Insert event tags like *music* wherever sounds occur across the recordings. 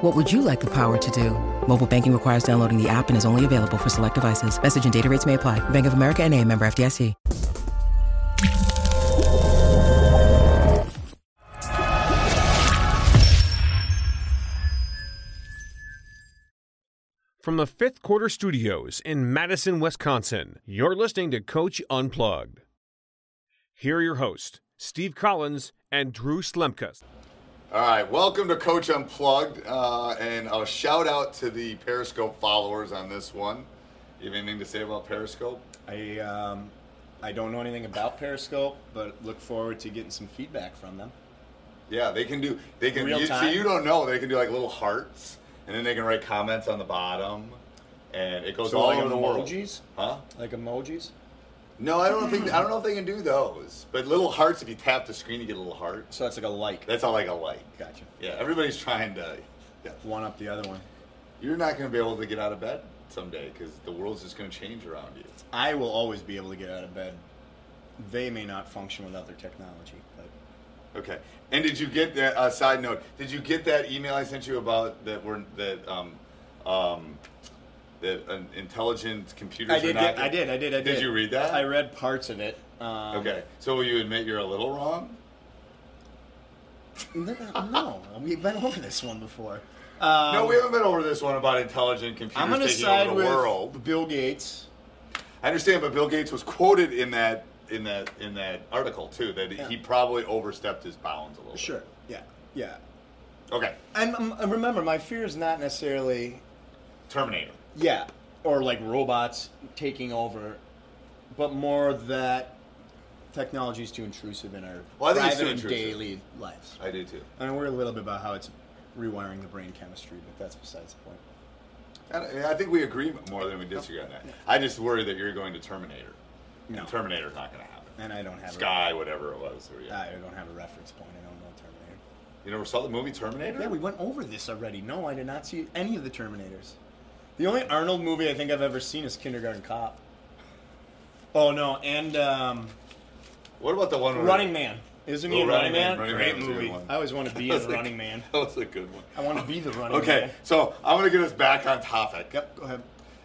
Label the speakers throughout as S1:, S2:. S1: What would you like the power to do? Mobile banking requires downloading the app and is only available for select devices. Message and data rates may apply. Bank of America and a member FDIC.
S2: From the fifth quarter studios in Madison, Wisconsin, you're listening to Coach Unplugged. Here are your hosts, Steve Collins and Drew Slemkus.
S3: All right, welcome to Coach Unplugged, uh, and a shout out to the Periscope followers on this one. You have anything to say about Periscope?
S4: I um, I don't know anything about Periscope, but look forward to getting some feedback from them.
S3: Yeah, they can do. They can.
S4: Real
S3: You,
S4: time?
S3: see, you don't know. They can do like little hearts, and then they can write comments on the bottom, and it goes
S4: So
S3: all
S4: like
S3: over the world.
S4: emojis,
S3: Huh?
S4: like emojis.
S3: No, I don't think. I don't know if they can do those. But little hearts. If you tap the screen, you get little hearts.
S4: So that's like a like.
S3: That's all like a like.
S4: Gotcha.
S3: Yeah, everybody's trying to. Yeah.
S4: One up the other one.
S3: You're not going to be able to get out of bed someday because the world's just going to change around you.
S4: I will always be able to get out of bed. They may not function without their technology, but
S3: Okay. And did you get that? Uh, side note: Did you get that email I sent you about that? Were that um, um, that an intelligent computers?
S4: I did,
S3: Are not
S4: get, I did. I did. I did.
S3: Did you read that?
S4: I read parts of it. Um,
S3: Okay. So will you admit you're a little wrong?
S4: No, we've been over this one before.
S3: no, we haven't been over this one about intelligent computers
S4: Um, I'm going to
S3: taking
S4: side
S3: over the
S4: with
S3: world.
S4: Bill Gates.
S3: I understand, but Bill Gates was quoted in that in that in that article too that he probably overstepped his bounds a little. bit.
S4: Sure. Yeah. Yeah.
S3: Okay.
S4: And um, and remember, my fear is not necessarily
S3: Terminator.
S4: Yeah, or like robots taking over, but more that technology is too intrusive in our
S3: Well, I think it's
S4: private and
S3: too intrusive.
S4: daily lives.
S3: I do too.
S4: I mean, we're a little bit about how it's rewiring the brain chemistry, but that's besides the point.
S3: I don't- I think we agree more than we disagree on that. I just worry that you're going to Terminator. And
S4: No.
S3: Terminator's not going to happen.
S4: And I don't have
S3: Sky, whatever it was. or,
S4: A,
S3: yeah.
S4: I don't have a reference point. I don't know Terminator.
S3: You never saw the movie Terminator?
S4: Yeah, we went over this already. No, I did not see any of the Terminators. The only Arnold movie I think I've ever seen is Kindergarten Cop. Oh no, and um,
S3: What about the one where-
S4: Running Man. Isn't he
S3: Oh,
S4: a
S3: Running
S4: Running,
S3: Man.
S4: Man?
S3: Running
S4: Great
S3: Man was a good
S4: movie.
S3: one.
S4: I always want to be
S3: That
S4: a
S3: was a-
S4: Running Man.
S3: *laughs* That was a good one.
S4: I want to be the running man.
S3: Okay, so I'm going to get us back on topic.
S4: Yep, go ahead.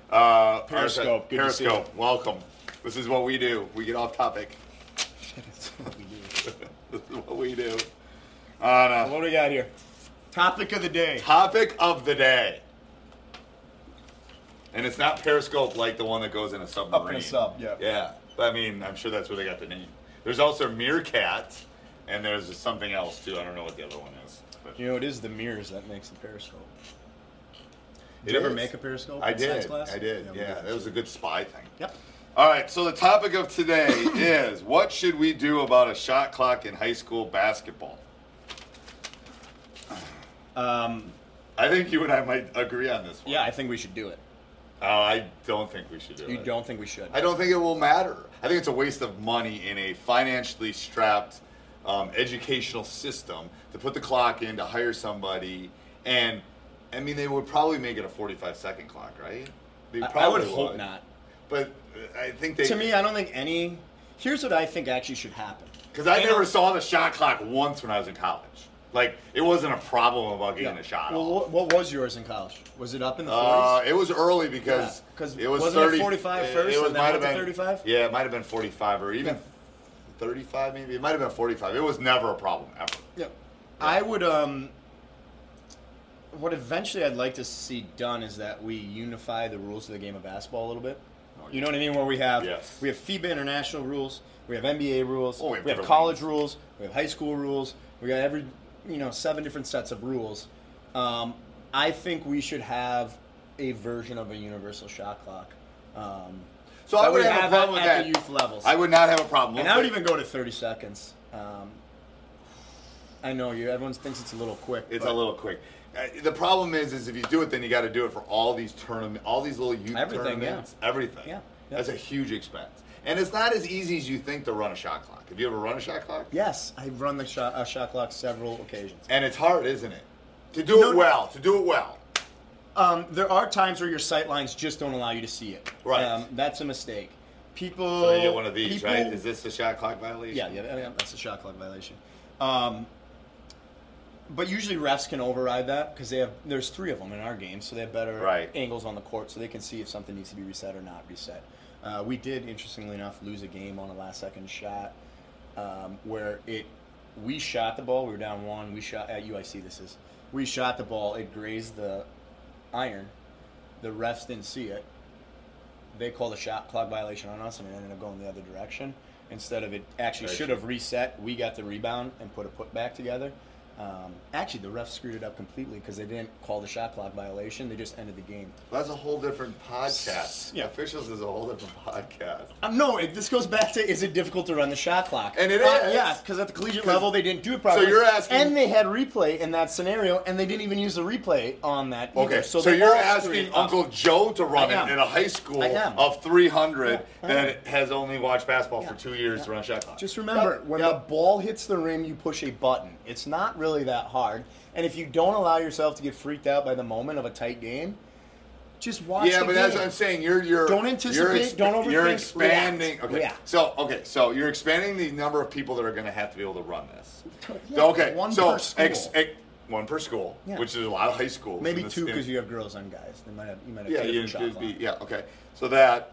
S3: Uh,
S4: Periscope, good to see
S3: Periscope, welcome. This is what we do. We get off
S4: *laughs*
S3: topic. *laughs* this is what we do. Uh, On a
S4: What do we got here? Topic of the day.
S3: topic of the day. And it's not Periscope like the one that goes in a submarine.
S4: in a sub, yeah.
S3: Yeah. I mean, I'm sure that's where they got the name. There's also Meerkat, and there's something else too. I don't know what the other one is. But
S4: You know, it is the mirrors that makes the periscope.
S3: It
S4: Did you ever
S3: is.
S4: make a periscope
S3: I
S4: in science
S3: did.
S4: class?
S3: I did.
S4: Yeah, we
S3: Yeah,
S4: did.
S3: that was a good spy thing.
S4: Yep.
S3: All right, so the topic of today *coughs* is what should we do about a shot clock in high school basketball?
S4: Um,
S3: I think you and I might agree on this one.
S4: yeah, I think we should do it.
S3: Uh, I don't think we should do
S4: You
S3: it.
S4: don't think we should?
S3: I don't think it will matter. I think it's a waste of money in a financially strapped um, educational system to put the clock in to hire somebody, and I mean they would probably make it a forty-five second clock, right? They
S4: I- I
S3: probably
S4: would hope not.
S3: But uh, I think they.
S4: to me, I don't think any Here's what I think actually should happen.
S3: Because I
S4: And-
S3: never saw the shot clock once when I was in college. Like it wasn't a problem about getting
S4: Yeah.
S3: a shot
S4: Well,
S3: off.
S4: what, what was yours in college? Was it up in the 40s?
S3: Uh, it was early because
S4: Yeah, 'cause
S3: it was
S4: wasn't it
S3: 30,
S4: 45
S3: it-
S4: first
S3: It was
S4: and then
S3: might have
S4: went
S3: been
S4: to 35?
S3: Yeah, it might have been forty-five or even
S4: Yeah.
S3: thirty-five, maybe. It might have been forty-five. It was never a problem ever.
S4: Yep. I would um what eventually I'd like to see done is that we unify the rules of the game of basketball a little bit.
S3: Oh,
S4: You know what I mean? Where we have
S3: Yes.
S4: we have FIBA international rules, we have NBA rules,
S3: Oh, we have
S4: we have
S3: different
S4: college rules, we have high school rules, we got every you know seven different sets of rules. Um, I think we should have a version of a universal shot clock. Um,
S3: So I
S4: that we
S3: would have a
S4: at-
S3: problem with
S4: at
S3: that.
S4: the youth levels.
S3: I would not have a problem.
S4: And I would even go to 30 seconds. Um, I know you. Everyone thinks it's a little quick.
S3: It's
S4: but
S3: a little quick. Uh, The problem is, is if you do it, then you got to do it for all these tournament, all these little youth
S4: Everything, yeah.
S3: tournaments, everything.
S4: Yeah, yeah.
S3: that's a huge expense, and it's not as easy as you think to run a shot clock. Have you ever run a shot clock?
S4: Yes, I've run the shot, uh, shot clock several occasions.
S3: And it's hard, isn't it? To do
S4: No,
S3: it
S4: no.
S3: well. To do it well.
S4: Um, there are times where your sight lines just don't allow you to see it.
S3: Right.
S4: Um, that's a mistake. People.
S3: So you get one of these,
S4: people-
S3: right? Is this the shot clock violation?
S4: Yeah, yeah, yeah, that's a shot clock violation. Um, but usually refs can override that because they have there's three of them in our game, so they have better
S3: Right.
S4: angles on the court, so they can see if something needs to be reset or not reset. Uh, we did, interestingly enough, lose a game on a last second shot um, where it we shot the ball. We were down one. We shot at UIC. This is we shot the ball. It grazed the iron. The refs didn't see it they called a shot clock violation on us and it ended up going the other direction. Instead of it actually
S3: Right.
S4: should have reset, we got the rebound and put a put back together. Um, actually, the refs screwed it up completely because they didn't call the shot clock violation. They just ended the game.
S3: That's a whole different podcast.
S4: Yeah.
S3: Officials is a whole different podcast.
S4: Um, no, it, this goes back to is it difficult to run the shot clock?
S3: And it
S4: Uh,
S3: is.
S4: Yeah, because at the collegiate level, they didn't do it properly.
S3: you're asking-
S4: And they had replay in that scenario, and they didn't even use the replay on that. either.
S3: Okay, so,
S4: they
S3: you're
S4: all screwed
S3: asking
S4: it up.
S3: Uncle Joe to run
S4: I am.
S3: it in a high school
S4: I am.
S3: of 300
S4: Yeah, I
S3: that has only watched basketball for
S4: Yeah,
S3: two years to run a shot clock.
S4: Just remember,
S3: Yep,
S4: when the
S3: yep.
S4: ball hits the rim, you push a button. It's not really that hard. And if you don't allow yourself to get freaked out by the moment of a tight game, just watch.
S3: yeah,
S4: the
S3: but that's
S4: game.
S3: what I'm saying. You're you're
S4: Don't
S3: you're
S4: anticipate, don't
S3: You're
S4: overthink,
S3: expanding.
S4: react,
S3: Okay,
S4: react.
S3: so okay, so you're expanding the number of people that are going to have to be able to run this.
S4: Yeah,
S3: okay,
S4: one
S3: so
S4: per school.
S3: ex- ex- one per school,
S4: Yeah.
S3: which is a lot of high schools.
S4: Maybe
S3: in this-
S4: two
S3: in-
S4: because you have girls on guys. They might have you might have
S3: Yeah,
S4: two
S3: you,
S4: different shot
S3: it'd be,
S4: clock.
S3: yeah, okay. So that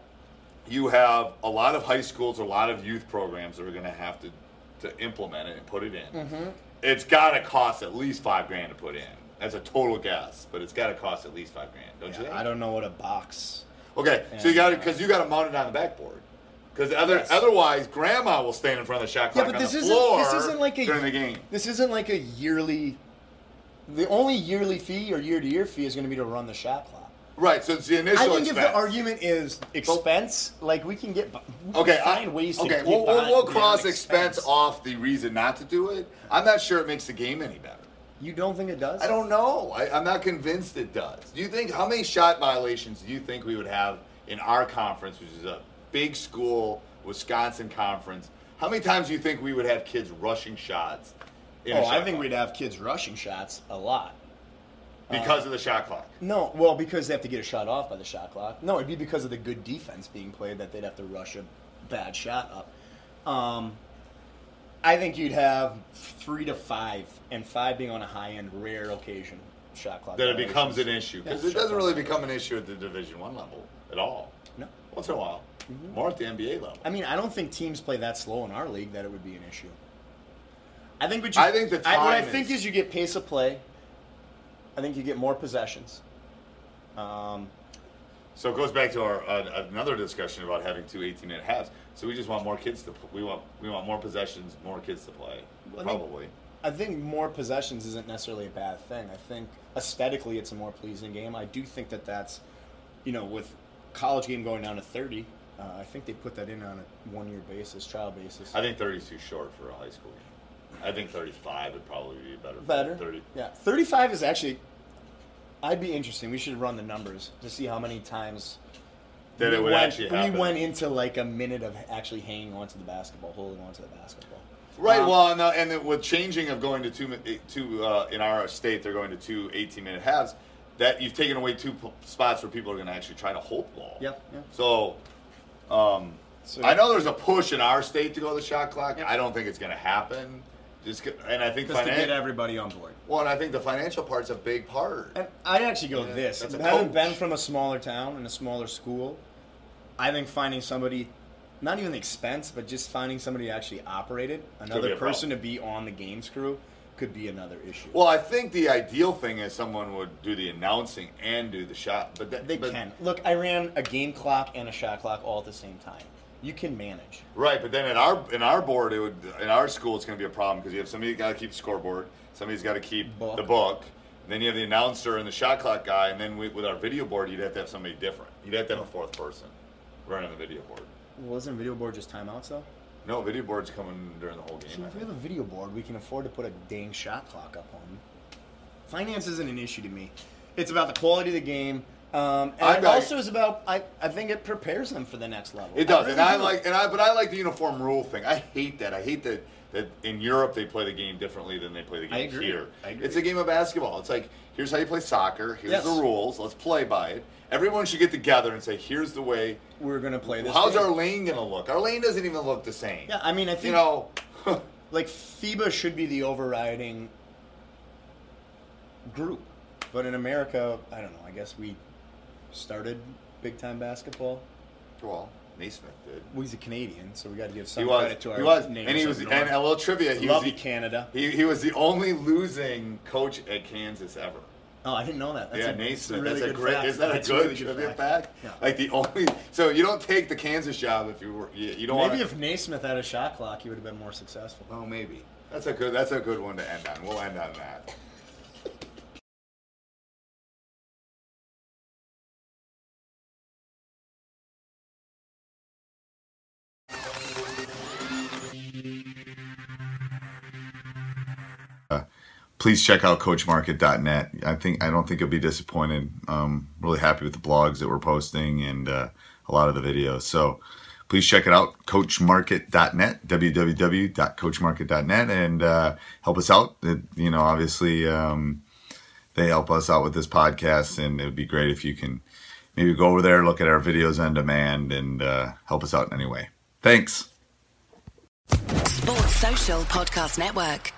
S3: you have a lot of high schools, a lot of youth programs that are going to have to to implement it and put it in.
S4: Mm-hmm.
S3: It's got to cost at least five grand to put in. That's a total guess, but it's got to cost at least five grand, don't you think?
S4: I don't know what a box.
S3: Okay, so you
S4: Yeah.
S3: got to because you got to mount it on the backboard. Because other,
S4: Yes.
S3: otherwise, grandma will stand in front of the shot clock
S4: yeah, but
S3: on
S4: this
S3: the
S4: isn't
S3: floor
S4: this isn't like a
S3: during the game.
S4: This isn't like a yearly. The only yearly fee or year to year fee is going to be to run the shot clock.
S3: Right, so it's the initial
S4: I think if
S3: expense.
S4: the argument is expense, like we can get, bu- we can
S3: Okay, I,
S4: find ways to
S3: okay,
S4: get
S3: we'll,
S4: by
S3: we'll, we'll
S4: beyond
S3: cross expense off the reason not to do it. I'm not sure it makes the game any better.
S4: You don't think it does?
S3: I don't know. I, I'm not convinced it does. Do you think how many shot violations do you think we would have in our conference, which is a big school Wisconsin conference? How many times do you think we would have kids rushing shots? In a
S4: Oh,
S3: shot
S4: I think
S3: clock?
S4: we'd have kids rushing shots a lot.
S3: because
S4: uh,
S3: of the shot clock.
S4: No, well, because they have to get a shot off by the shot clock. No, it'd be because of the good defense being played that they'd have to rush a bad shot up. Um, I think you'd have three to five, and five being on a high end, rare occasion shot clock.
S3: That it
S4: violations.
S3: becomes an issue because
S4: Yeah,
S3: it doesn't
S4: shot
S3: really
S4: clock
S3: become an issue at the Division One level at all.
S4: No.
S3: Once in a while,
S4: Mm-hmm.
S3: more at the NBA level.
S4: I mean, I don't think teams play that slow in our league that it would be an issue. I think what you,
S3: I think the
S4: what I
S3: time
S4: think
S3: is-
S4: is you get pace of play. I think you get more possessions. Um,
S3: So it goes back to our uh, another discussion about having two 18 minute halves. So we just want more kids to pl- we want we want more possessions, more kids to play.
S4: I think-
S3: Probably.
S4: I think more possessions isn't necessarily a bad thing. I think aesthetically, it's a more pleasing game. I do think that that's, you know, with college game going down to thirty, uh, I think they put that in on a one year basis, trial basis.
S3: I think 30 is too short for a high school game. I think 35 would probably be better. for
S4: better.
S3: 30.
S4: Yeah, thirty-five is actually. I'd be interesting. We should run the numbers to see how many times
S3: That it would
S4: went,
S3: actually
S4: we
S3: happen.
S4: went into like a minute of actually hanging onto the basketball, holding onto the basketball.
S3: Right.
S4: Um,
S3: well, and, uh, and it- with changing of going to two, mi- eh, two uh, in our state, they're going to two 18 minute halves. That you've taken away two p- spots where people are going to actually try to hold the ball.
S4: Yeah, yeah.
S3: So, um,
S4: So,
S3: I know there's a push in our state to go to the shot clock. I don't think it's going to happen. Just c- and I think
S4: Just to get
S3: financial.
S4: everybody on board.
S3: Well, and I think the financial part's a big part.
S4: And I'd actually go this.
S3: that's a
S4: Having
S3: coach.
S4: been from a smaller town and a smaller school, I think finding somebody, not even the expense, but just finding somebody who actually operated,
S3: be
S4: another
S3: a
S4: person to
S3: problem.
S4: be on the games crew, could be another issue.
S3: Well, I think the ideal thing is someone would do the announcing and do the shot, but that,
S4: they
S3: but-
S4: can. Look, I ran a game clock and a shot clock all at the same time. You can manage.
S3: Right, but then in our in our board, it would in our school, it's going to be a problem because you have somebody got to keep scoreboard, somebody's got to keep
S4: Book.
S3: the book, and then you have the announcer and the shot clock guy, and then we, with our video board, you'd have to have somebody different. You'd have to have a fourth person running the video board.
S4: Well, isn't video board just timeouts though?
S3: No, video board's coming during the whole game.
S4: So
S3: I
S4: if we have
S3: think.
S4: a video board, we can afford to put a dang shot clock up on. Finance isn't an issue to me. It's about the quality of the game. Um, and
S3: I
S4: it
S3: like-
S4: also is about I, I think it prepares them for the next level.
S3: It does,
S4: really
S3: and I
S4: do.
S3: like, and I, but I like the uniform rule thing. I hate that. I hate that that in Europe they play the game differently than they play the game
S4: I agree.
S3: here.
S4: I agree.
S3: It's a game of basketball. It's like here's how you play soccer. Here's
S4: Yes.
S3: the rules. Let's play by it. Everyone should get together and say, here's the way.
S4: we're gonna play this.
S3: How's
S4: game.
S3: our lane gonna look? Our lane doesn't even look the same.
S4: Yeah, I mean, I
S3: you
S4: think-
S3: know. *laughs*
S4: like FIBA should be the overriding group, but in America, I don't know. I guess we started big time basketball.
S3: well, Naismith did.
S4: Well, he's a Canadian, so we got to give
S3: He
S4: some
S3: was.
S4: credit to our
S3: he was.
S4: neighbors
S3: And he
S4: up
S3: was.
S4: north.
S3: And a little trivia. He
S4: Love
S3: was
S4: you,
S3: the-
S4: Canada.
S3: He, he was the only losing coach at Kansas ever.
S4: Oh, I didn't know that. That's
S3: yeah,
S4: a, that's
S3: Naismith. That's a,
S4: really good
S3: great.
S4: fact.
S3: Isn't that
S4: That's
S3: a good,
S4: really
S3: trivia fact?
S4: Yeah.
S3: Like the only. So you don't take the Kansas job if you were. You, you don't.
S4: Maybe
S3: wanna,
S4: if Naismith had a shot clock, he would have been more successful.
S3: Oh, maybe. That's a good. That's a good one to end on. We'll end on that. please check out coachmarket.net i think i don't think you'll be disappointed um, really happy with the blogs that we're posting and uh, a lot of the videos so please check it out coachmarket.net www.coachmarket.net and uh, help us out It- you know obviously um, they help us out with this podcast and it would be great if you can maybe go over there look at our videos on demand and uh, help us out in any way thanks
S5: Sports Social Podcast Network.